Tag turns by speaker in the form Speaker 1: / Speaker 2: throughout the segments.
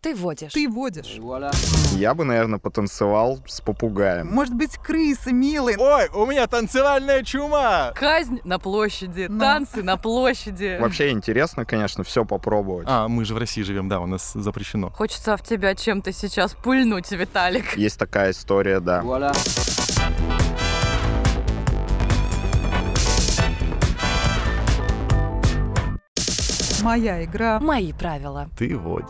Speaker 1: Ты водишь.
Speaker 2: Ты водишь.
Speaker 3: Я бы, наверное, потанцевал с попугаем.
Speaker 2: Может быть, крысы, милый.
Speaker 4: Ой, у меня танцевальная чума!
Speaker 1: Казнь на площади,
Speaker 2: Ну.
Speaker 1: танцы на площади.
Speaker 3: Вообще интересно, конечно, все попробовать.
Speaker 4: А, мы же в России живем, да, у нас запрещено.
Speaker 1: Хочется в тебя чем-то сейчас пульнуть, Виталик.
Speaker 3: Есть такая история, да.
Speaker 2: Моя игра.
Speaker 1: Мои правила.
Speaker 5: Ты водишь.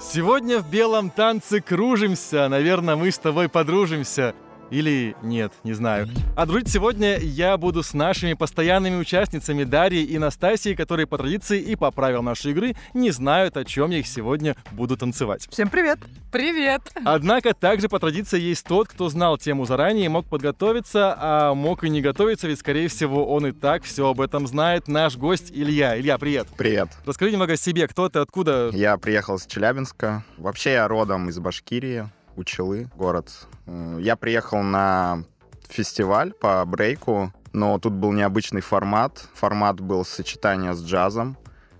Speaker 4: Сегодня в белом танце кружимся, наверное, мы с тобой подружимся. Или нет, не знаю. А дружить сегодня я буду с нашими постоянными участницами Дарьей и Настасией, которые по традиции и по правилам нашей игры не знают, о чем я их сегодня буду танцевать.
Speaker 2: Всем привет.
Speaker 1: Привет.
Speaker 4: Однако также по традиции есть тот, кто знал тему заранее и мог подготовиться, а мог и не готовиться, ведь, скорее всего, он и так все об этом знает. Наш гость Илья. Илья, привет.
Speaker 3: Привет.
Speaker 4: Расскажи немного о себе, кто ты, откуда,
Speaker 3: Я приехал из Челябинска. Вообще я родом из Башкирии, Учелы, город. М, Я приехал на фестиваль по брейку, но тут был необычный формат. Формат был сочетание с джазом,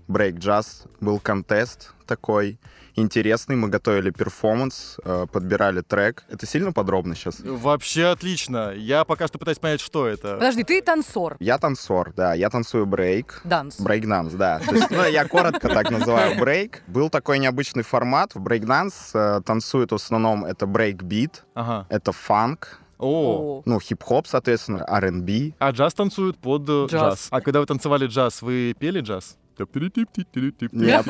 Speaker 3: брейк-джаз. Был контест такой интересный. Мы готовили перформанс, э, подбирали трек. Это сильно подробно сейчас?
Speaker 4: Вообще отлично. Я пока что пытаюсь понять, что это.
Speaker 1: Подожди, ты танцор.
Speaker 3: Я танцор, да, я танцую брейк.
Speaker 1: Данс.
Speaker 3: Брейкданс, да. То есть, ну, я коротко так называю брейк. Был такой необычный формат. В брейкданс э, танцуют в основном это брейк-бит,
Speaker 4: Ага.
Speaker 3: это фанк,
Speaker 4: О.
Speaker 1: О.
Speaker 3: ну, хип-хоп, соответственно, R&B.
Speaker 4: А джаз танцуют под э, джаз.
Speaker 1: Джаз.
Speaker 4: А когда вы танцевали джаз, вы пели джаз?
Speaker 3: Нет,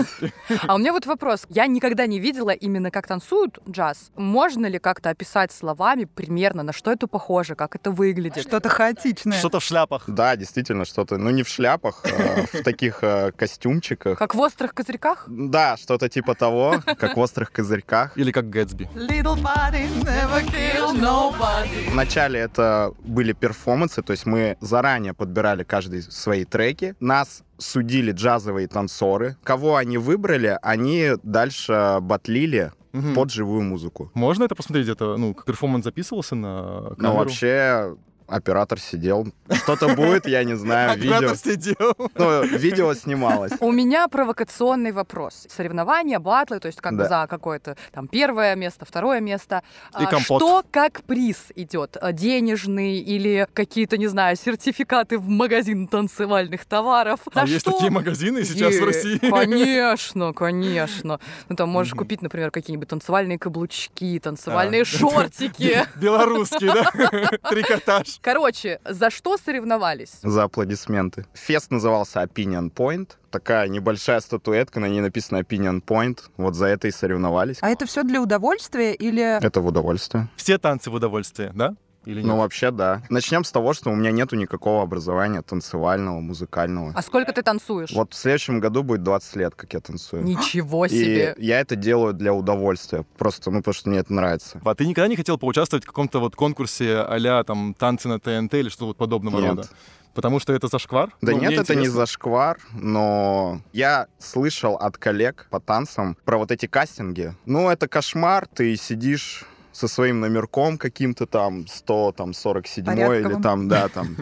Speaker 1: А у меня вот вопрос. Я никогда не видела именно, как танцуют джаз. Можно ли как-то описать словами примерно, на что это похоже, как это выглядит?
Speaker 2: Что-то хаотичное.
Speaker 4: Что-то в шляпах.
Speaker 3: да, действительно, что-то, ну, не в шляпах, э, в таких э, костюмчиках.
Speaker 1: Как в острых козырьках?
Speaker 3: Да, что-то типа того, как в «Острых козырьках».
Speaker 4: Или как Гэтсби.
Speaker 2: Little body never kill nobody.
Speaker 3: Вначале это были перформансы, то есть мы заранее подбирали каждый свои треки. Нас судили джазовые танцоры. Кого они выбрали, они дальше батлили
Speaker 4: Мгм.
Speaker 3: под живую музыку.
Speaker 4: Можно это посмотреть где-то? Ну, перформанс записывался на камеру?
Speaker 3: Но вообще оператор сидел. Что-то будет, я не знаю, видео.
Speaker 4: Аккуратно сидел.
Speaker 3: Ну, видео снималось.
Speaker 1: У меня провокационный вопрос. Соревнования, батлы, то есть как бы
Speaker 3: Да.
Speaker 1: за какое-то там первое место, второе место.
Speaker 4: И
Speaker 1: А,
Speaker 4: компот.
Speaker 1: Что как приз идет? А, Денежный или какие-то, не знаю, сертификаты в магазин танцевальных товаров?
Speaker 4: А
Speaker 1: За
Speaker 4: есть
Speaker 1: что?
Speaker 4: такие магазины сейчас
Speaker 1: Е,
Speaker 4: в России.
Speaker 1: Конечно, конечно. Ну там можешь
Speaker 4: Мгм. А.
Speaker 1: купить, например, какие-нибудь танцевальные каблучки, танцевальные шортики.
Speaker 4: Белорусские, да? Трикотаж.
Speaker 1: Короче, за что соревновались?
Speaker 3: За аплодисменты. Фест назывался Opinion Point. Такая небольшая статуэтка, на ней написано Opinion Point. Вот за это и соревновались.
Speaker 2: А это все для удовольствия или...
Speaker 3: Это в удовольствие.
Speaker 4: Все танцы в удовольствие, да? Или
Speaker 3: Ну,
Speaker 4: нет?
Speaker 3: вообще, да. Начнем с того, что у меня нету никакого образования танцевального, музыкального.
Speaker 1: А сколько ты танцуешь?
Speaker 3: Вот в следующем году будет 20 лет, как я танцую.
Speaker 1: Ничего
Speaker 3: И
Speaker 1: себе.
Speaker 3: я это делаю для удовольствия. Просто, ну, потому что мне это нравится.
Speaker 4: А ты никогда не хотел поучаствовать в каком-то вот конкурсе а там танцы на ТНТ или что-то вот подобного
Speaker 3: Нет.
Speaker 4: рода? Потому что это зашквар?
Speaker 3: Да
Speaker 4: Ну,
Speaker 3: нет,
Speaker 4: мне
Speaker 3: это не
Speaker 4: интересно.
Speaker 3: зашквар, но я слышал от коллег по танцам про вот эти кастинги. Ну, это кошмар, ты сидишь со своим номерком каким-то там 100, там 47 или
Speaker 2: Порядковым.
Speaker 3: там, да, там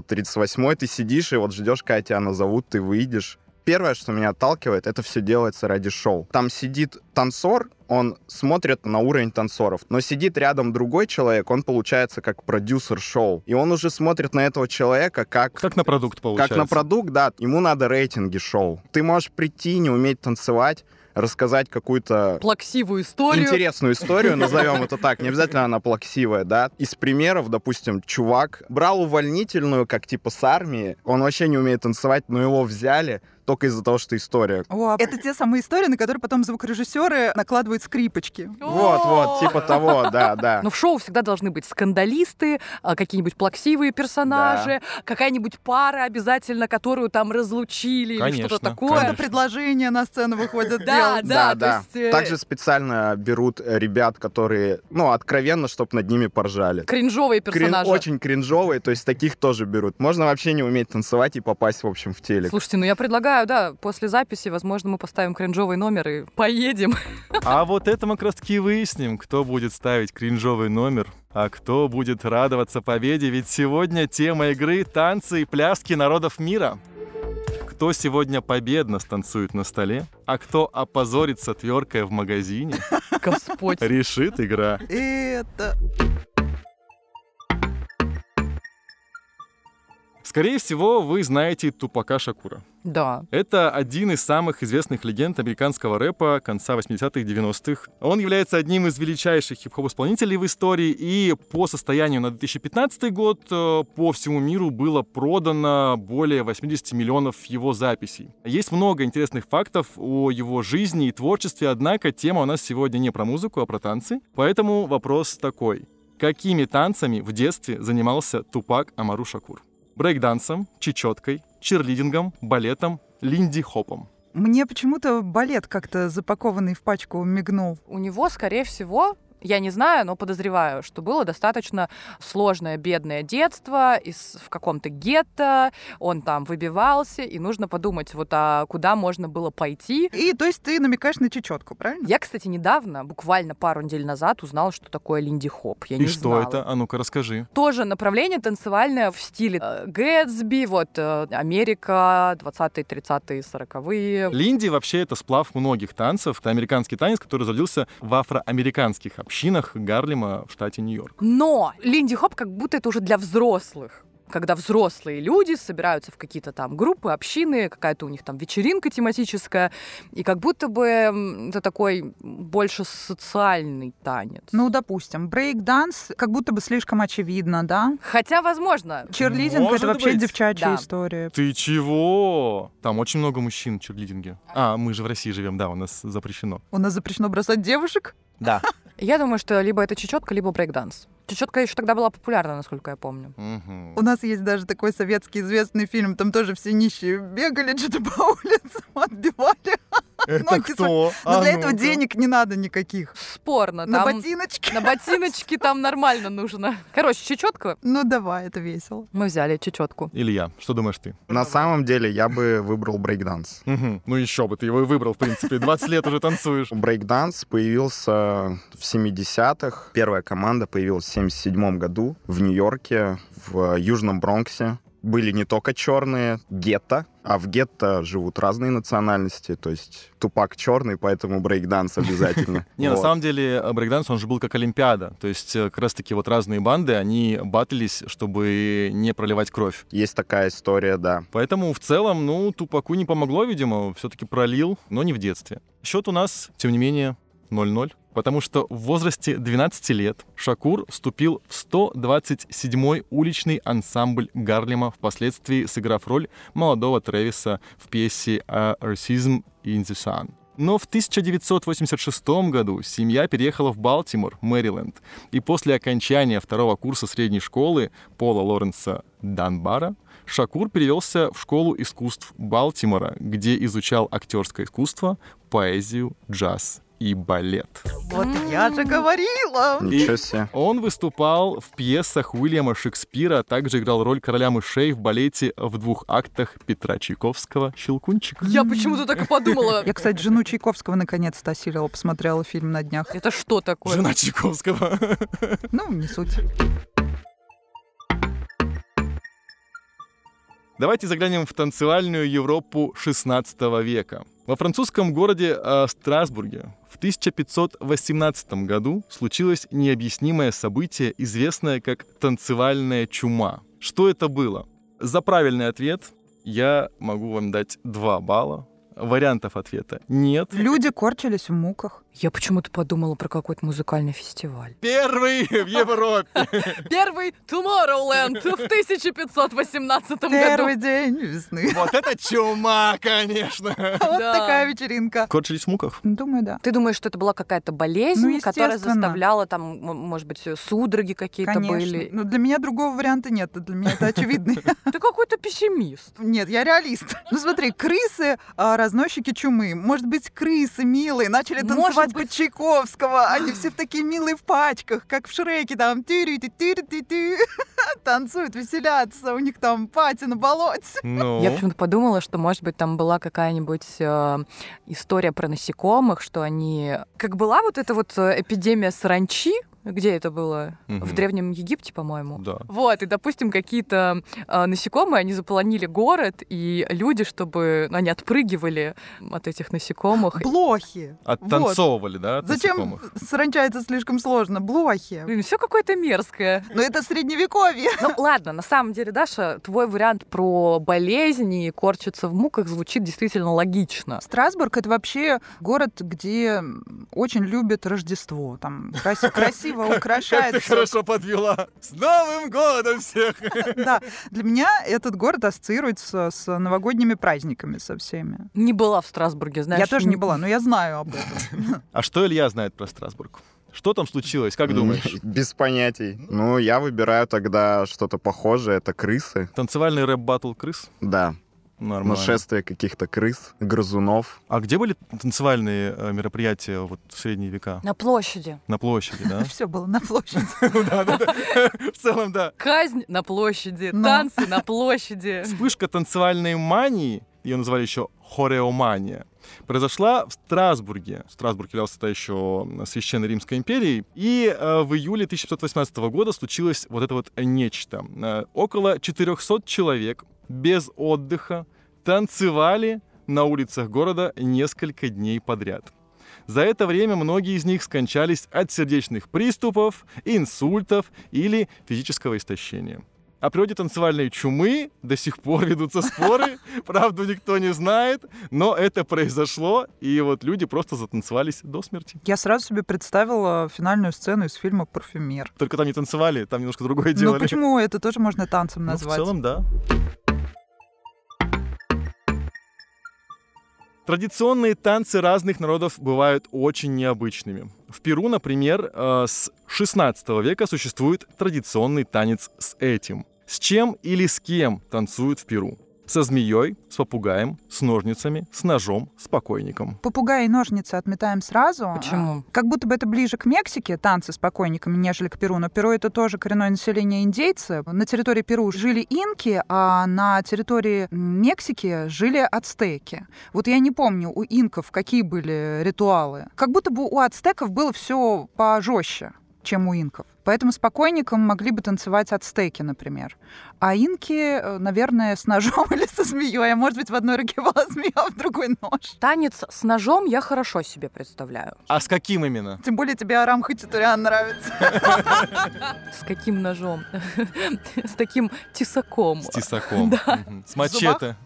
Speaker 3: 538 ты сидишь и вот ждешь, когда тебя назовут, ты выйдешь. Первое, что меня отталкивает, это все делается ради шоу. Там сидит танцор, он смотрит на уровень танцоров, но сидит рядом другой человек, он получается как продюсер шоу. И он уже смотрит на этого человека как
Speaker 4: Как на продукт получается.
Speaker 3: как на продукт, да, ему надо рейтинги шоу. Ты можешь прийти, не уметь танцевать, рассказать какую-то
Speaker 1: Плаксивую историю.
Speaker 3: интересную историю, назовем это так, не обязательно она плаксивая, да. Из примеров, допустим, чувак брал увольнительную, как типа с армии, он вообще не умеет танцевать, но его взяли только из-за того, что история.
Speaker 2: О, это те самые истории, на которые потом звукорежиссеры накладывают скрипочки.
Speaker 3: Вот, вот,
Speaker 1: О! Ну,
Speaker 3: типа того, да, да.
Speaker 1: Но в шоу всегда должны быть скандалисты, а, какие-нибудь плаксивые персонажи, какая-нибудь пара обязательно, которую там разлучили или
Speaker 4: Конечно,
Speaker 1: что-то
Speaker 2: Кто-то
Speaker 1: такое.
Speaker 4: конечно.
Speaker 2: предложение на сцену выходит
Speaker 1: Да,
Speaker 2: делать.
Speaker 1: да,
Speaker 3: Да,
Speaker 1: то
Speaker 3: да.
Speaker 1: есть, э,
Speaker 3: Также специально берут э, ребят, которые, ну, откровенно, чтобы над ними поржали.
Speaker 1: Кринжовые
Speaker 3: Крин-
Speaker 1: персонажи.
Speaker 3: очень кринжовые, то есть таких тоже берут. Можно вообще не уметь танцевать и попасть, в общем, в телек.
Speaker 1: Слушайте, ну я предлагаю, да, после записи, возможно, мы поставим кринжовый номер и поедем.
Speaker 4: А вот это мы как раз таки и выясним, кто будет ставить кринжовый номер, а кто будет радоваться победе, ведь сегодня тема игры — танцы и пляски народов мира. кто сегодня победно станцует на столе, а кто опозорится тверкой в магазине,
Speaker 1: Господь.
Speaker 4: решит игра.
Speaker 2: Это...
Speaker 4: Скорее всего, вы знаете Тупака Шакура.
Speaker 1: Да.
Speaker 4: Это один из самых известных легенд американского рэпа конца 80-х, 90-х. Он является одним из величайших хип-хоп-исполнителей в истории, и по состоянию на 2015 год э, по всему миру было продано более 80 миллионов его записей. Есть много интересных фактов о его жизни и творчестве, однако тема у нас сегодня не про музыку, а про танцы. Поэтому вопрос такой. Какими танцами в детстве занимался Тупак Амару Шакур? брейкдансом, чечеткой, черлидингом, балетом, линди-хопом.
Speaker 2: Мне почему-то балет как-то запакованный в пачку мигнул.
Speaker 1: У него, скорее всего, я не знаю, но подозреваю, что было достаточно сложное, бедное детство из, в каком-то гетто, он там выбивался, и нужно подумать, вот а куда можно было пойти.
Speaker 2: И то есть ты намекаешь на чечетку, правильно?
Speaker 1: Я, кстати, недавно, буквально пару недель назад, узнала, что такое линди-хоп. Я
Speaker 4: И
Speaker 1: не
Speaker 4: что
Speaker 1: знала.
Speaker 4: это? А ну-ка расскажи.
Speaker 1: Тоже направление танцевальное в стиле э, Гэтсби, вот э, Америка, 20-е, 30-е, 40-е.
Speaker 4: Линди вообще это сплав многих танцев. Это американский танец, который родился в афроамериканских общинах Гарлема в штате Нью-Йорк.
Speaker 1: Но Линди Хоп как будто это уже для взрослых когда взрослые люди собираются в какие-то там группы, общины, какая-то у них там вечеринка тематическая, и как будто бы м, это такой больше социальный танец.
Speaker 2: Ну, допустим, брейк-данс как будто бы слишком очевидно, да?
Speaker 1: Хотя, возможно,
Speaker 2: Черлидинг
Speaker 4: Может
Speaker 2: это вообще
Speaker 4: быть.
Speaker 2: девчачья
Speaker 1: Да.
Speaker 2: история.
Speaker 4: Ты чего? Там очень много мужчин в черлидинге. А, мы же в России живем, да, у нас запрещено.
Speaker 2: У нас запрещено бросать девушек?
Speaker 4: Да.
Speaker 1: я думаю, что либо это чечетка, либо брейкданс. Чечетка еще тогда была популярна, насколько я помню.
Speaker 2: У нас есть даже такой советский известный фильм, там тоже все нищие бегали что-то по улицам, отбивали.
Speaker 4: Это
Speaker 2: ноги
Speaker 4: кто?
Speaker 1: ну,
Speaker 2: Но
Speaker 4: А
Speaker 2: для
Speaker 4: ну-ка.
Speaker 2: этого денег не надо никаких.
Speaker 1: Спорно.
Speaker 2: На
Speaker 1: там...
Speaker 2: ботиночки.
Speaker 1: На ботиночки там нормально нужно. Короче, чечетка.
Speaker 2: Ну давай, это весело.
Speaker 1: Мы взяли чечетку.
Speaker 4: Илья, что думаешь ты?
Speaker 3: На самом деле я бы выбрал брейкданс.
Speaker 4: Мгм. Ну еще бы, ты его и выбрал, в принципе. 20 лет уже танцуешь.
Speaker 3: Брейкданс появился в 70-х. Первая команда появилась в 77 году в Нью-Йорке, в Южном Бронксе. Были не только черные, гетто, а в гетто живут разные национальности, то есть тупак черный, поэтому брейкданс обязательно.
Speaker 4: Не, на
Speaker 3: Вот.
Speaker 4: самом деле э, брейкданс, он же был как Олимпиада. То есть э, как раз-таки вот разные банды, они батлились, чтобы не проливать кровь.
Speaker 3: Есть такая история, да.
Speaker 4: Поэтому в целом, ну, Тупаку не помогло, видимо, все-таки пролил, но не в детстве. Счет у нас, тем не менее, 0-0. Потому что в возрасте 12 лет Шакур вступил в 127-й уличный ансамбль Гарлема, впоследствии сыграв роль молодого Трэвиса в пьесе «A Racism in the Sun». Но в 1986 году семья переехала в Балтимор, Мэриленд, и после окончания второго курса средней школы Пола Лоренса Данбара Шакур перевелся в школу искусств Балтимора, где изучал актерское искусство, поэзию, джаз и балет.
Speaker 2: Вот я же говорила.
Speaker 3: Ничего себе.
Speaker 4: Он выступал в пьесах Уильяма Шекспира, а также играл роль короля мышей в балете в двух актах Петра Чайковского «Щелкунчик».
Speaker 1: Я почему-то так и подумала.
Speaker 2: Я, кстати, жену Чайковского наконец-то осилила, посмотрела фильм на днях.
Speaker 1: Это что такое?
Speaker 4: Жена Чайковского.
Speaker 2: Ну, не суть.
Speaker 4: Давайте заглянем в танцевальную Европу 16 века. Во французском городе э, Страсбурге в 1518 году случилось необъяснимое событие, известное как танцевальная чума. Что это было? За правильный ответ я могу вам дать 2 балла. Вариантов ответа нет.
Speaker 2: Люди корчились в муках.
Speaker 1: Я почему-то подумала про какой-то музыкальный фестиваль.
Speaker 4: Первый в Европе.
Speaker 1: Первый Tomorrowland в 1518
Speaker 2: Первый
Speaker 1: году.
Speaker 2: день весны.
Speaker 4: Вот это чума, конечно.
Speaker 2: Вот
Speaker 1: Да.
Speaker 2: такая вечеринка.
Speaker 4: Корчились в муках.
Speaker 2: Думаю, да.
Speaker 1: Ты думаешь, что это была какая-то болезнь,
Speaker 2: Ну,
Speaker 1: которая
Speaker 2: естественно.
Speaker 1: заставляла там, м- может быть, судороги какие-то
Speaker 2: Конечно.
Speaker 1: были?
Speaker 2: Ну, для меня другого варианта нет. Для меня это очевидно.
Speaker 1: Ты какой-то пессимист.
Speaker 2: Нет, я реалист. Ну смотри, крысы а, разносчики чумы. Может быть, крысы милые начали
Speaker 1: Может
Speaker 2: танцевать
Speaker 1: быть.
Speaker 2: под Чайковского. Они все в такие милые в пачках, как в Шреке, там тюри тю тюри тю тю Танцуют, веселятся, у них там пати на болоте.
Speaker 4: Ну.
Speaker 1: Я почему-то подумала, что, может быть, там была какая-нибудь э, история про насекомых, что они... Как была вот эта вот э, эпидемия саранчи, Где это было?
Speaker 4: Мгм.
Speaker 1: В Древнем Египте, по-моему.
Speaker 4: Да.
Speaker 1: Вот, и, допустим, какие-то э, насекомые, они заполонили город, и люди, чтобы ну, они отпрыгивали от этих насекомых.
Speaker 2: Блохи.
Speaker 4: Оттанцовывали, да, от
Speaker 2: Зачем
Speaker 4: насекомых?
Speaker 2: сранчается слишком сложно? Блохи.
Speaker 1: Блин, все какое-то мерзкое.
Speaker 2: Но это средневековье.
Speaker 1: Ну ладно, на самом деле, Даша, твой вариант про болезни и корчиться в муках звучит действительно логично.
Speaker 2: Страсбург — это вообще город, где очень любят Рождество. Там крас- красиво украшает
Speaker 4: Ты
Speaker 2: всё.
Speaker 4: хорошо подвела. С Новым годом всех!
Speaker 2: Да, для меня этот город ассоциируется с новогодними праздниками со всеми.
Speaker 1: Не была в Страсбурге, знаешь.
Speaker 2: Я тоже не была, но я знаю об этом.
Speaker 4: А что Илья знает про Страсбург? Что там случилось,
Speaker 3: Ну,
Speaker 4: как думаешь?
Speaker 3: Без понятий. Ну, я выбираю тогда что-то похожее. Это крысы.
Speaker 4: Танцевальный рэп-баттл крыс?
Speaker 3: Да, Ну,
Speaker 4: Нормально.
Speaker 3: нашествие каких-то крыс, грызунов.
Speaker 4: А где были танцевальные э, мероприятия вот в средние века?
Speaker 1: На площади.
Speaker 4: На площади, да?
Speaker 2: Все было на площади.
Speaker 4: В целом, Ну да.
Speaker 1: Казнь на площади,
Speaker 2: Ну.
Speaker 1: танцы на площади.
Speaker 4: Вспышка танцевальной мании, ее называли еще хореомания, произошла в Страсбурге. Страсбург являлся тогда еще Священной Римской империей. И э, в июле 1518 года случилось вот это вот нечто. Э, около 400 человек без отдыха танцевали на улицах города несколько дней подряд. За это время многие из них скончались от сердечных приступов, инсультов или физического истощения. О природе танцевальной чумы до сих пор ведутся споры. Правду никто не знает, но это произошло, и вот люди просто затанцевались до смерти.
Speaker 2: Я сразу себе представила финальную сцену из фильма «Парфюмер».
Speaker 4: Только там не танцевали, там немножко другое делали.
Speaker 2: Ну почему это тоже можно танцем
Speaker 4: Ну,
Speaker 2: назвать?
Speaker 4: в целом, да. Традиционные танцы разных народов бывают очень необычными. В Перу, например, э, с 16 века существует традиционный танец с этим. С чем или с кем танцуют в Перу? Со змеей, с попугаем, с ножницами, с ножом, с покойником.
Speaker 2: Попугай и ножницы отметаем сразу.
Speaker 1: Почему?
Speaker 2: Как будто бы это ближе к Мексике, танцы с покойниками, нежели к Перу. Но Перу это тоже коренное население индейцы. На территории Перу жили инки, а на территории м, Мексики жили ацтеки. Вот я не помню, у инков какие были ритуалы. Как будто бы у ацтеков было все пожестче чем у инков. Поэтому с покойником могли бы танцевать ацтеки, например. А инки, э, наверное, с ножом или со змеей. А может быть, в одной руке была змея, а в другой нож.
Speaker 1: Танец с ножом я хорошо себе представляю.
Speaker 4: А с каким именно?
Speaker 2: Тем более тебе Арам Хачатурян нравится.
Speaker 1: С каким ножом? С таким тесаком.
Speaker 4: С тесаком. Мгм. С мачете.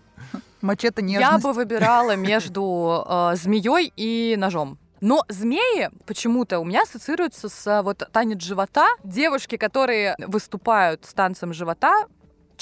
Speaker 2: Мачете
Speaker 1: Я
Speaker 2: нежность.
Speaker 1: бы выбирала между змеей и ножом. Но змеи почему-то у меня ассоциируются с э, вот танец живота. Девушки, которые выступают с танцем живота,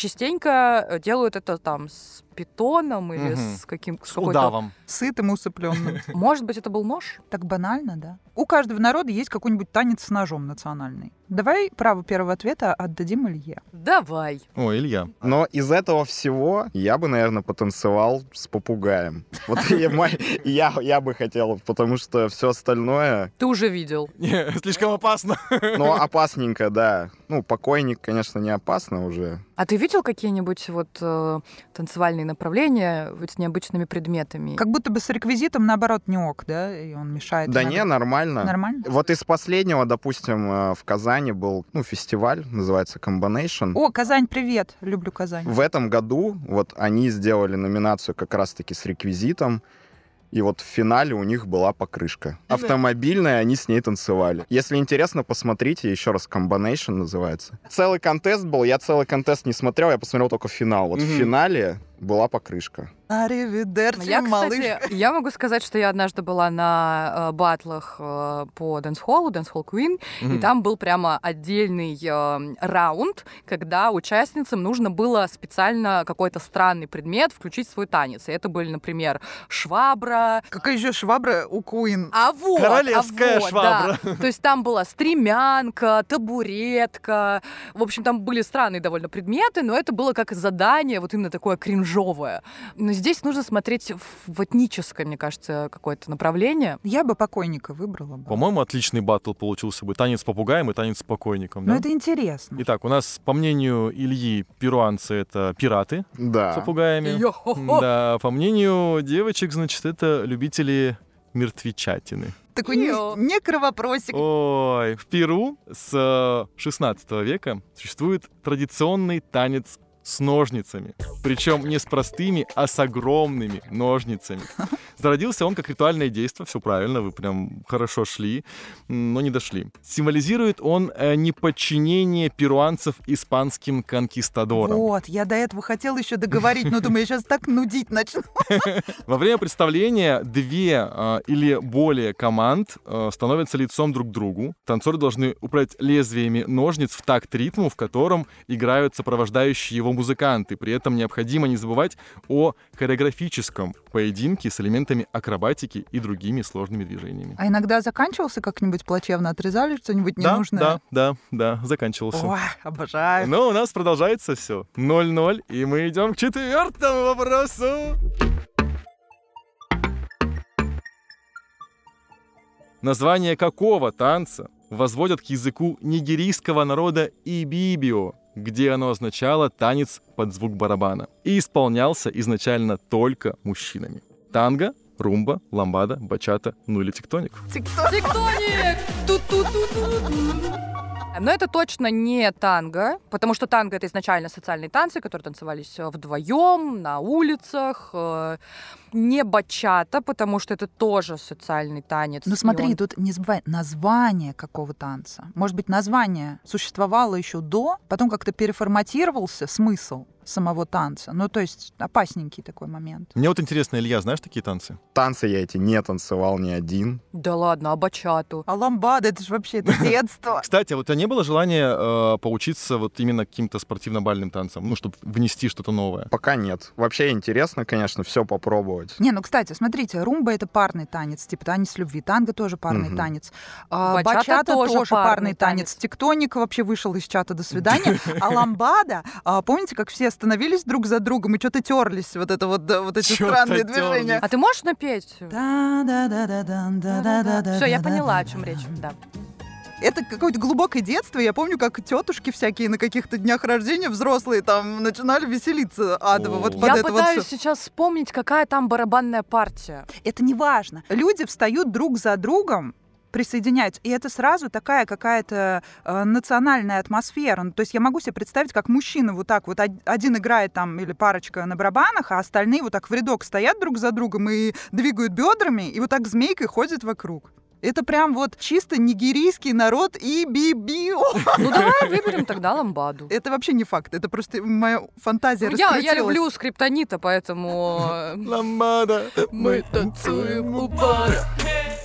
Speaker 1: частенько э, делают это там с питоном или
Speaker 4: Мгм.
Speaker 1: с каким с
Speaker 4: С
Speaker 1: какой-то-
Speaker 4: удавом.
Speaker 2: Сытым и усыпленным.
Speaker 1: Может быть, это был нож?
Speaker 2: Так банально, да? У каждого народа есть какой-нибудь танец с ножом национальный. Давай право первого ответа отдадим Илье.
Speaker 1: Давай.
Speaker 4: О, Илья.
Speaker 3: Но из этого всего я бы, наверное, потанцевал с попугаем. Вот и мой- я, я бы хотел, потому что все остальное,
Speaker 1: Ты уже видел.
Speaker 4: Не, слишком опасно.
Speaker 3: ну, опасненько, да. Ну, покойник, конечно, не опасно уже.
Speaker 1: А ты видел какие-нибудь вот э, танцевальные направления вот с необычными предметами?
Speaker 2: Как будто бы с реквизитом, наоборот, не ок, да? И он мешает.
Speaker 3: да
Speaker 2: иногда.
Speaker 3: не, нормально.
Speaker 2: Нормально?
Speaker 3: Вот из последнего, допустим, э, в Казани был, ну, фестиваль, называется Combination.
Speaker 2: О, Казань, привет! Люблю Казань.
Speaker 3: В этом году вот они сделали номинацию как раз-таки с реквизитом. И вот в финале у них была покрышка. Автомобильная, они с ней танцевали. Если интересно, посмотрите, еще раз, Combination называется. Целый контест был, я целый контест не смотрел, я посмотрел только финал. Вот
Speaker 4: Мгм.
Speaker 3: в финале была покрышка.
Speaker 2: Аривидерчи,
Speaker 1: Ну, Я,
Speaker 2: малышка.
Speaker 1: кстати, я могу сказать, что я однажды была на э, батлах э, по дэнс-холлу, дэнс-холл Queen, и там был прямо отдельный э, раунд, когда участницам нужно было специально какой-то странный предмет включить в свой танец. И это были, например, швабра.
Speaker 2: Какая еще швабра у Куин?
Speaker 1: А вот, а
Speaker 4: Королевская
Speaker 1: вот,
Speaker 4: швабра.
Speaker 1: да. То есть там была стремянка, табуретка. В общем, там были странные довольно предметы, но это было как задание, вот именно такое кринжовое. Но здесь нужно смотреть в, в этническое, мне кажется, какое-то направление.
Speaker 2: Я бы покойника выбрала бы.
Speaker 4: А. По-моему, отличный баттл получился бы. Танец с попугаем и танец с покойником.
Speaker 2: Но
Speaker 4: да?
Speaker 2: Ну, это интересно.
Speaker 4: Итак, у нас, по мнению Ильи, перуанцы — это пираты с
Speaker 3: Да.
Speaker 4: попугаями.
Speaker 1: Йо-хо-хо!
Speaker 4: Да, по мнению девочек, значит, это любители мертвечатины.
Speaker 2: Такой не-
Speaker 1: Йо.
Speaker 2: некровопросик.
Speaker 4: Ой, в Перу с э, 16 века существует традиционный танец с ножницами. Причем не с простыми, а с огромными ножницами. Зародился он как ритуальное действие, все правильно, вы прям хорошо шли, м, но не дошли. Символизирует он э, неподчинение перуанцев испанским конкистадорам.
Speaker 2: Вот, я до этого хотела еще договорить, но думаю, я сейчас так нудить начну.
Speaker 4: Во время представления две э, или более команд э, становятся лицом друг к другу. Танцоры должны управлять лезвиями ножниц в такт ритму, в котором играют сопровождающие его музыканты. При этом необходимо не забывать о хореографическом поединке с элементами акробатики и другими сложными движениями.
Speaker 2: А иногда заканчивался как-нибудь плачевно, отрезали что-нибудь
Speaker 4: да,
Speaker 2: ненужное?
Speaker 4: да, Ну, да, да, заканчивался.
Speaker 2: О, обожаю.
Speaker 4: Но у нас продолжается все. 0-0, и мы идем к четвертому вопросу. Название какого танца возводят к языку нигерийского народа ибибио, где оно означало «танец под звук барабана» и исполнялся изначально только мужчинами. Танго, румба, ламбада, бачата, ну или тектоник.
Speaker 1: Тектоник! Но это точно не танго, потому что танго это изначально социальные танцы, которые танцевались вдвоем, на улицах. э, Не бачата, потому что это тоже социальный танец.
Speaker 2: Ну
Speaker 1: и
Speaker 2: смотри,
Speaker 1: он-
Speaker 2: тут не забывай название какого танца. Может быть, название существовало еще до, потом как-то переформатировался смысл самого танца. Ну, то есть опасненький такой момент.
Speaker 4: Мне вот интересно, Илья, знаешь такие танцы?
Speaker 3: Танцы я эти не танцевал ни один.
Speaker 1: Да ладно, а бачату.
Speaker 2: А ламбада, это же вообще это детство.
Speaker 4: Кстати, а вот у тебя не было желания э, поучиться вот именно каким-то спортивно-бальным танцам, ну, чтобы внести что-то новое?
Speaker 3: Пока нет. Вообще интересно, конечно, все попробовать.
Speaker 2: Не, ну, кстати, смотрите, румба — это парный танец, типа танец любви, танго тоже парный
Speaker 3: Мгм.
Speaker 2: танец, а,
Speaker 1: Бачата тоже парный
Speaker 2: танец.
Speaker 1: танец.
Speaker 2: тектоник вообще вышел из чата «До свидания», а ламбада, а, помните, как все остановились друг за другом и что-то терлись, вот это вот, да, вот эти
Speaker 4: Чё-то
Speaker 2: странные
Speaker 4: терлись.
Speaker 2: движения.
Speaker 1: А ты можешь напеть? Все,
Speaker 2: Все,
Speaker 1: я поняла, о чем речь. Да.
Speaker 2: Это какое-то глубокое детство. Я помню, как тетушки всякие на каких-то днях рождения взрослые там начинали веселиться адово. Вот
Speaker 4: О.
Speaker 2: под
Speaker 1: Я
Speaker 2: это вот
Speaker 1: пытаюсь
Speaker 2: всё.
Speaker 1: сейчас вспомнить, какая там барабанная партия.
Speaker 2: Это не важно. Люди встают друг за другом присоединяются. И это сразу такая какая-то э, национальная атмосфера. Ну, то есть я могу себе представить, как мужчины вот так вот од- один играет там или парочка на барабанах, а остальные вот так в рядок стоят друг за другом и двигают бедрами, и вот так змейкой ходят вокруг. Это прям вот чисто нигерийский народ и бибио.
Speaker 1: Ну давай выберем тогда ламбаду.
Speaker 2: Это вообще не факт, это просто моя фантазия
Speaker 1: Ну, Я, я
Speaker 2: Э, раскрутилась.
Speaker 1: люблю скриптонита, поэтому... э,
Speaker 4: Ламбада,
Speaker 1: пара.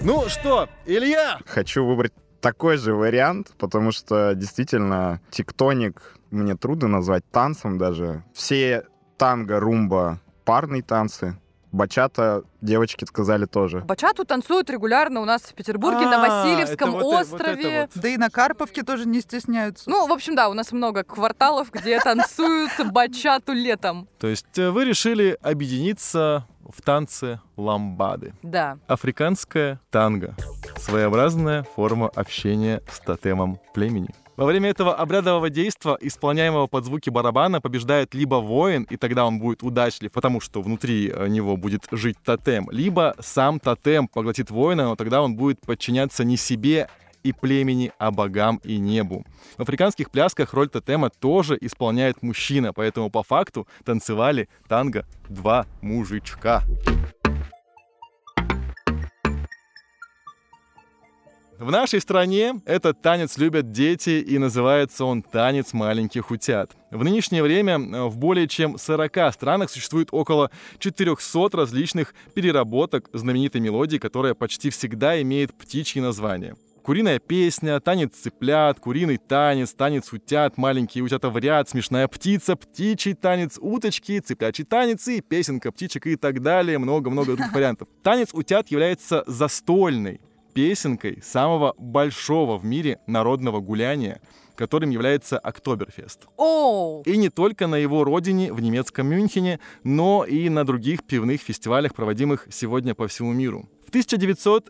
Speaker 4: Ну что, Илья?
Speaker 3: Хочу выбрать такой же вариант, потому что действительно тектоник мне трудно назвать танцем даже. Все танго, румба, парные танцы. Бачата девочки сказали тоже.
Speaker 1: Бачату танцуют регулярно у нас в Петербурге на
Speaker 4: А,
Speaker 1: Васильевском
Speaker 4: это вот э- вот
Speaker 1: острове.
Speaker 4: это вот.
Speaker 2: Да и на Карповке тоже не стесняются.
Speaker 1: Ну, в общем, да, у нас много кварталов, где танцуют бачату летом.
Speaker 4: То есть э, вы решили объединиться в танце ламбады.
Speaker 1: Да.
Speaker 4: Африканское танго. Своеобразная форма общения с тотемом племени. Во время этого обрядового действа, исполняемого под звуки барабана, побеждает либо воин, и тогда он будет удачлив, потому что внутри э, него будет жить тотем, либо сам тотем поглотит воина, но тогда он будет подчиняться не себе и племени, а богам и небу. В африканских плясках роль тотема тоже исполняет мужчина, поэтому по факту танцевали танго два мужичка. В нашей стране этот танец любят дети и называется он «Танец маленьких утят». В нынешнее время э, в более чем 40 странах существует около 400 различных переработок знаменитой мелодии, которая почти всегда имеет птичьи названия. Куриная песня, танец цыплят, куриный танец, танец утят, маленькие утята в ряд, смешная птица, птичий танец, уточки, цыплячий танец и песенка птичек и так далее, много-много других вариантов. Танец утят является застольной, песенкой самого большого в мире народного гуляния, которым является Октоберфест.
Speaker 1: Оу!
Speaker 4: И не только на его родине, в немецком Мюнхене, но и на других пивных фестивалях, проводимых сегодня по всему миру. В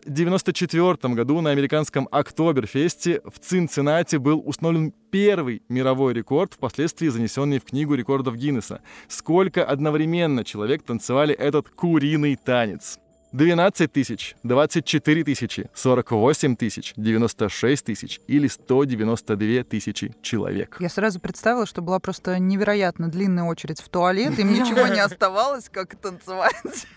Speaker 4: 1994 году на американском Октоберфесте в Цинциннате был установлен первый мировой рекорд, впоследствии занесенный в книгу рекордов Гиннесса. Сколько одновременно человек танцевали этот куриный танец? 12 тысяч, 24 тысячи, 48 тысяч, 96 тысяч или 192 тысячи человек.
Speaker 2: Я сразу представила, что была просто невероятно длинная очередь в туалет, им ничего не оставалось, как танцевать.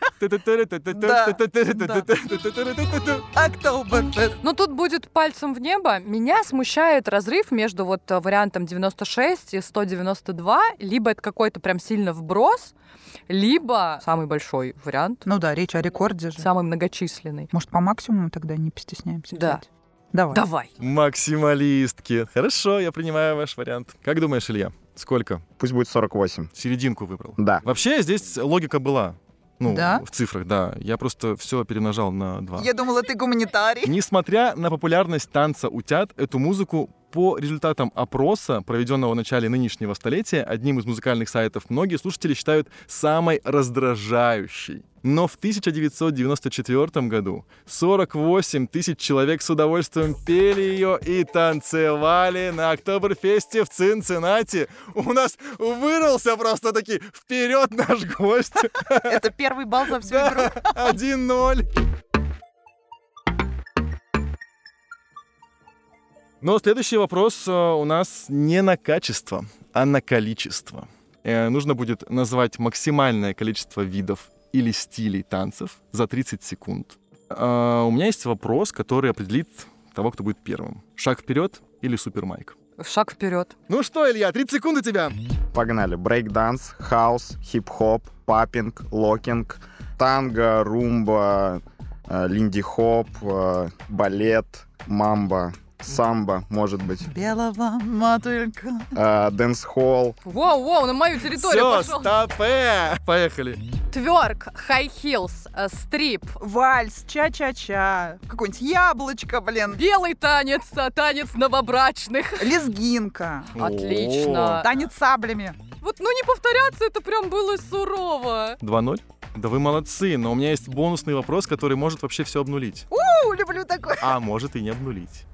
Speaker 2: Октоберфест.
Speaker 1: Но тут будет пальцем в небо. Меня смущает разрыв между вот э, вариантом 96 и 192. Либо это какой-то прям сильно вброс, либо самый большой вариант,
Speaker 2: Ну да, речь о рекорде же.
Speaker 1: самый многочисленный.
Speaker 2: Может, по максимуму тогда не постесняемся?
Speaker 1: Да.
Speaker 2: делать? Давай.
Speaker 1: Давай.
Speaker 4: Максималистки. Хорошо, я принимаю ваш вариант. Как думаешь, Илья? Сколько?
Speaker 3: Пусть будет 48.
Speaker 4: Серединку выбрал.
Speaker 3: Да.
Speaker 4: Вообще здесь логика была. Ну,
Speaker 2: Да?
Speaker 4: в цифрах, да. Я просто все перемножал на два.
Speaker 2: Я думала, ты гуманитарий.
Speaker 4: Несмотря на популярность танца «Утят», эту музыку по результатам опроса, проведенного в начале нынешнего столетия, одним из музыкальных сайтов многие слушатели считают самой раздражающей. Но в 1994 году 48 тысяч человек с удовольствием пели ее и танцевали на Октоберфесте в Цинциннати. У нас вырвался просто-таки вперед наш гость.
Speaker 2: Это первый балл за всю игру.
Speaker 4: 1-0. Но следующий вопрос э, у нас не на качество, а на количество. Э, нужно будет назвать максимальное количество видов или стилей танцев за 30 секунд. Э, у меня есть вопрос, который определит того, кто будет первым. Шаг вперед или супермайк?
Speaker 1: Шаг вперед.
Speaker 4: Ну что, Илья, 30 секунд у тебя.
Speaker 3: Погнали. Брейкданс, хаус, хип-хоп, паппинг, локинг, танго, румба, э, линди-хоп, э, балет, мамба, самбо, может быть,
Speaker 2: Белого мотылька.
Speaker 3: э, дэнс-холл,
Speaker 1: Воу, воу, на мою территорию
Speaker 4: Все,
Speaker 1: пошел.
Speaker 4: стопе! Поехали.
Speaker 1: Тверк, хай хилс, э, стрип,
Speaker 2: Вальс, ча-ча-ча. Какое-нибудь яблочко, блин.
Speaker 1: белый танец, э, танец новобрачных.
Speaker 2: Лезгинка.
Speaker 1: Отлично.
Speaker 2: Танец саблями.
Speaker 1: Вот, ну не повторяться, это прям было сурово.
Speaker 4: 2-0? Да вы молодцы, но у меня есть бонусный вопрос, который может вообще все обнулить.
Speaker 2: У, люблю такое.
Speaker 4: А может и не обнулить.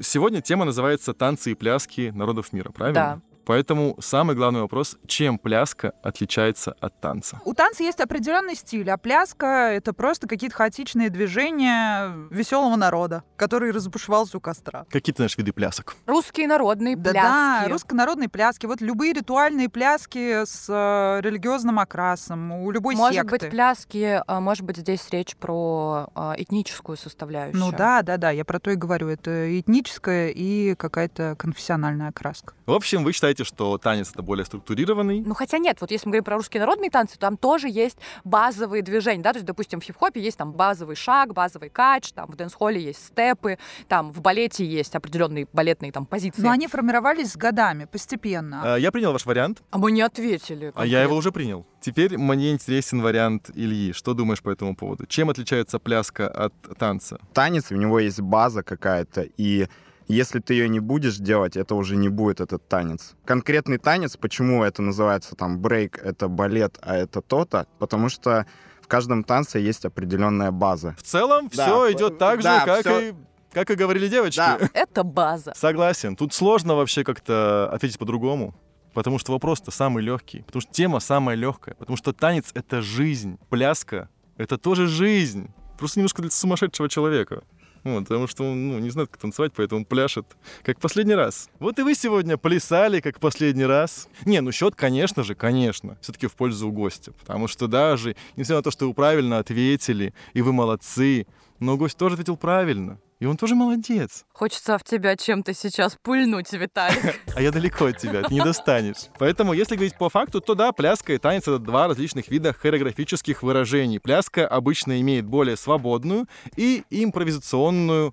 Speaker 4: Сегодня тема называется «Танцы и пляски народов мира», правильно?
Speaker 1: Да.
Speaker 4: Поэтому самый главный вопрос — чем пляска отличается от танца?
Speaker 2: У танца есть определенный стиль, а пляска — это просто какие-то хаотичные движения веселого народа, который разбушевался у костра.
Speaker 4: Какие ты знаешь виды плясок?
Speaker 1: Русские народные
Speaker 2: Да,
Speaker 1: пляски.
Speaker 2: да, русско-народные пляски. Вот любые ритуальные пляски с э, религиозным окрасом у любой
Speaker 1: Может
Speaker 2: секты.
Speaker 1: быть, пляски, а, может быть, здесь речь про а, этническую составляющую.
Speaker 2: ну да, да, да, я про то и говорю. Это этническая и какая-то конфессиональная окраска.
Speaker 4: В общем, вы считаете, что танец — это более структурированный,
Speaker 1: Ну хотя нет, вот если мы говорим про русские народные танцы, там тоже есть базовые движения, да, то есть, допустим, в хип-хопе есть там базовый шаг, базовый кач, там в дэнс-холле есть степы, там в балете есть определенные балетные там позиции.
Speaker 2: Но Ну, они формировались с годами, постепенно.
Speaker 4: Э, Я принял ваш вариант,
Speaker 1: А мы не ответили.
Speaker 4: а я его уже принял. Теперь мне интересен вариант Ильи. Что думаешь по этому поводу? Чем отличается пляска от танца?
Speaker 3: танец, у него есть база какая-то, и если ты ее не будешь делать, это уже не будет этот танец. Конкретный танец, почему это называется там брейк, это балет, а это то-то, потому что в каждом танце есть определенная база.
Speaker 4: В целом
Speaker 3: Да,
Speaker 4: все
Speaker 3: п-
Speaker 4: идет так
Speaker 3: да,
Speaker 4: же, как
Speaker 3: всё-
Speaker 4: и как и говорили девочки.
Speaker 3: Да.
Speaker 1: Это база.
Speaker 4: Согласен. Тут сложно вообще как-то ответить по-другому. Потому что вопрос-то самый легкий. Потому что тема самая легкая. Потому что танец — это жизнь. Пляска — это тоже жизнь. Просто немножко для сумасшедшего человека. Вот, потому что он ну, не знает, как танцевать, поэтому он пляшет, как последний раз. Вот и вы сегодня плясали, как последний раз. Не, ну счет, конечно же, конечно, все-таки в пользу гостя. Потому что даже, несмотря на то, что вы правильно ответили, и вы молодцы, но гость тоже ответил правильно. И он тоже молодец.
Speaker 1: Хочется в тебя чем-то сейчас пульнуть, Виталик.
Speaker 4: А я далеко от тебя, ты не достанешь. Поэтому, если говорить по факту, то да, пляска и танец — это два различных вида хореографических выражений. Пляска обычно имеет более свободную и импровизационную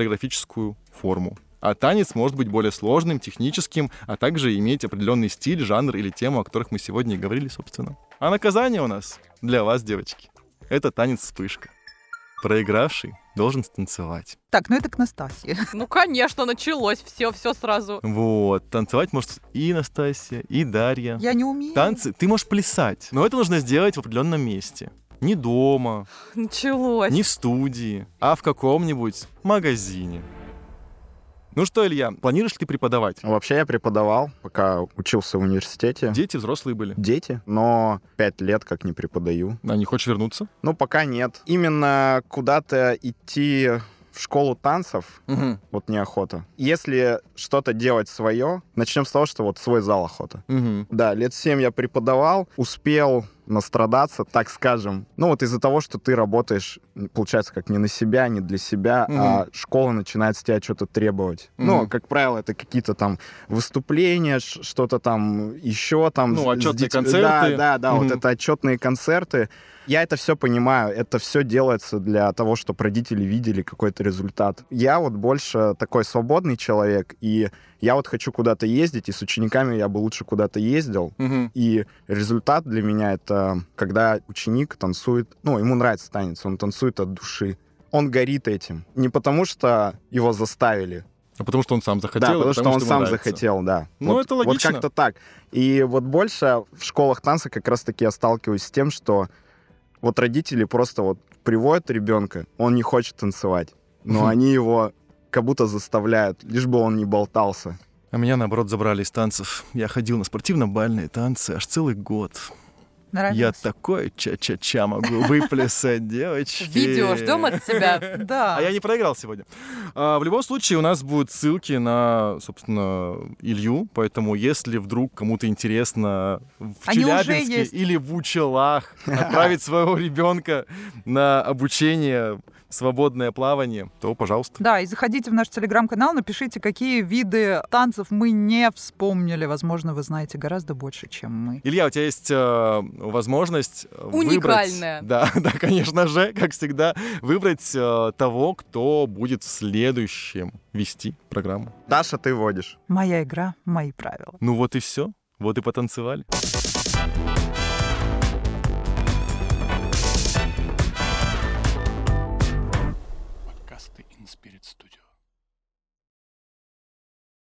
Speaker 4: хореографическую форму. А танец может быть более сложным, техническим, а также иметь определенный стиль, жанр или тему, о которых мы сегодня и говорили, собственно. А наказание у нас для вас, девочки. Это танец вспышка. Проигравший должен станцевать.
Speaker 2: Так, ну это к Настасье.
Speaker 1: Ну, конечно, началось все, все сразу.
Speaker 4: Вот, танцевать может и Настасья, и Дарья.
Speaker 2: Я не умею.
Speaker 4: Танцы ты можешь плясать, но это нужно сделать в определенном месте. Не дома,
Speaker 1: Началось.
Speaker 4: не в студии, а в каком-нибудь магазине. Ну что, Илья, планируешь ли ты преподавать?
Speaker 3: Вообще я преподавал, пока учился в университете.
Speaker 4: Дети взрослые были.
Speaker 3: Дети, но пять лет как не преподаю.
Speaker 4: А не хочешь вернуться?
Speaker 3: Ну, пока нет. Именно куда-то идти в школу танцев
Speaker 4: Угу.
Speaker 3: вот неохота. Если что-то делать свое, начнем с того, что вот свой зал охота.
Speaker 4: Угу.
Speaker 3: Да, лет семь я преподавал, успел настрадаться, так скажем. Ну вот из-за того, что ты работаешь, получается, как не на себя, не для себя,
Speaker 4: Мгм.
Speaker 3: а школа начинает с тебя что-то требовать.
Speaker 4: Мгм.
Speaker 3: Ну, как правило, это какие-то там выступления, ш- что-то там еще там.
Speaker 4: Ну,
Speaker 3: с- с
Speaker 4: отчетные
Speaker 3: деть-
Speaker 4: концерты.
Speaker 3: Да, да, да, вот
Speaker 4: Мгм.
Speaker 3: это отчетные концерты. Я это все понимаю, это все делается для того, чтобы родители видели какой-то результат. Я вот больше такой свободный человек, и я вот хочу куда-то ездить, и с учениками я бы лучше куда-то ездил,
Speaker 4: Угу.
Speaker 3: и результат для меня это, когда ученик танцует, ну, ему нравится танец, он танцует от души. Он горит этим. Не потому, что его заставили.
Speaker 4: А потому что он сам захотел.
Speaker 3: да,
Speaker 4: и
Speaker 3: потому, что он
Speaker 4: ему
Speaker 3: сам
Speaker 4: нравится.
Speaker 3: захотел, да.
Speaker 4: Ну,
Speaker 3: вот,
Speaker 4: это
Speaker 3: Вот
Speaker 4: логично.
Speaker 3: как-то так. И вот больше в школах танца как раз-таки я сталкиваюсь с тем, что вот родители просто вот приводят ребенка, он не хочет танцевать, но Ну, они его как будто заставляют, лишь бы он не болтался.
Speaker 4: А меня, наоборот, забрали из танцев. Я ходил на спортивно-бальные танцы аж целый год. Я
Speaker 2: Нравилось?
Speaker 4: такое ча-ча-ча могу выплясать, девочки.
Speaker 1: Видео ждем от тебя.
Speaker 2: Да.
Speaker 4: А я не проиграл сегодня. А, в любом случае, у нас будут ссылки на, собственно, Илью. Поэтому, если вдруг кому-то интересно в
Speaker 2: Они уже
Speaker 4: Челябинске
Speaker 2: есть.
Speaker 4: или в Учелах отправить своего ребенка на обучение в свободное плавание, то, пожалуйста.
Speaker 2: Да, и заходите в наш телеграм-канал, напишите, какие виды танцев мы не вспомнили. Возможно, вы знаете гораздо больше, чем мы.
Speaker 4: Илья, у тебя есть э, возможность э, выбрать-
Speaker 1: Уникальная.
Speaker 4: да, да, конечно же, как всегда, выбрать э, того, кто будет в следующем вести программу.
Speaker 3: Даша, ты водишь.
Speaker 2: Моя игра, мои правила.
Speaker 4: Ну вот и все. Вот и потанцевали.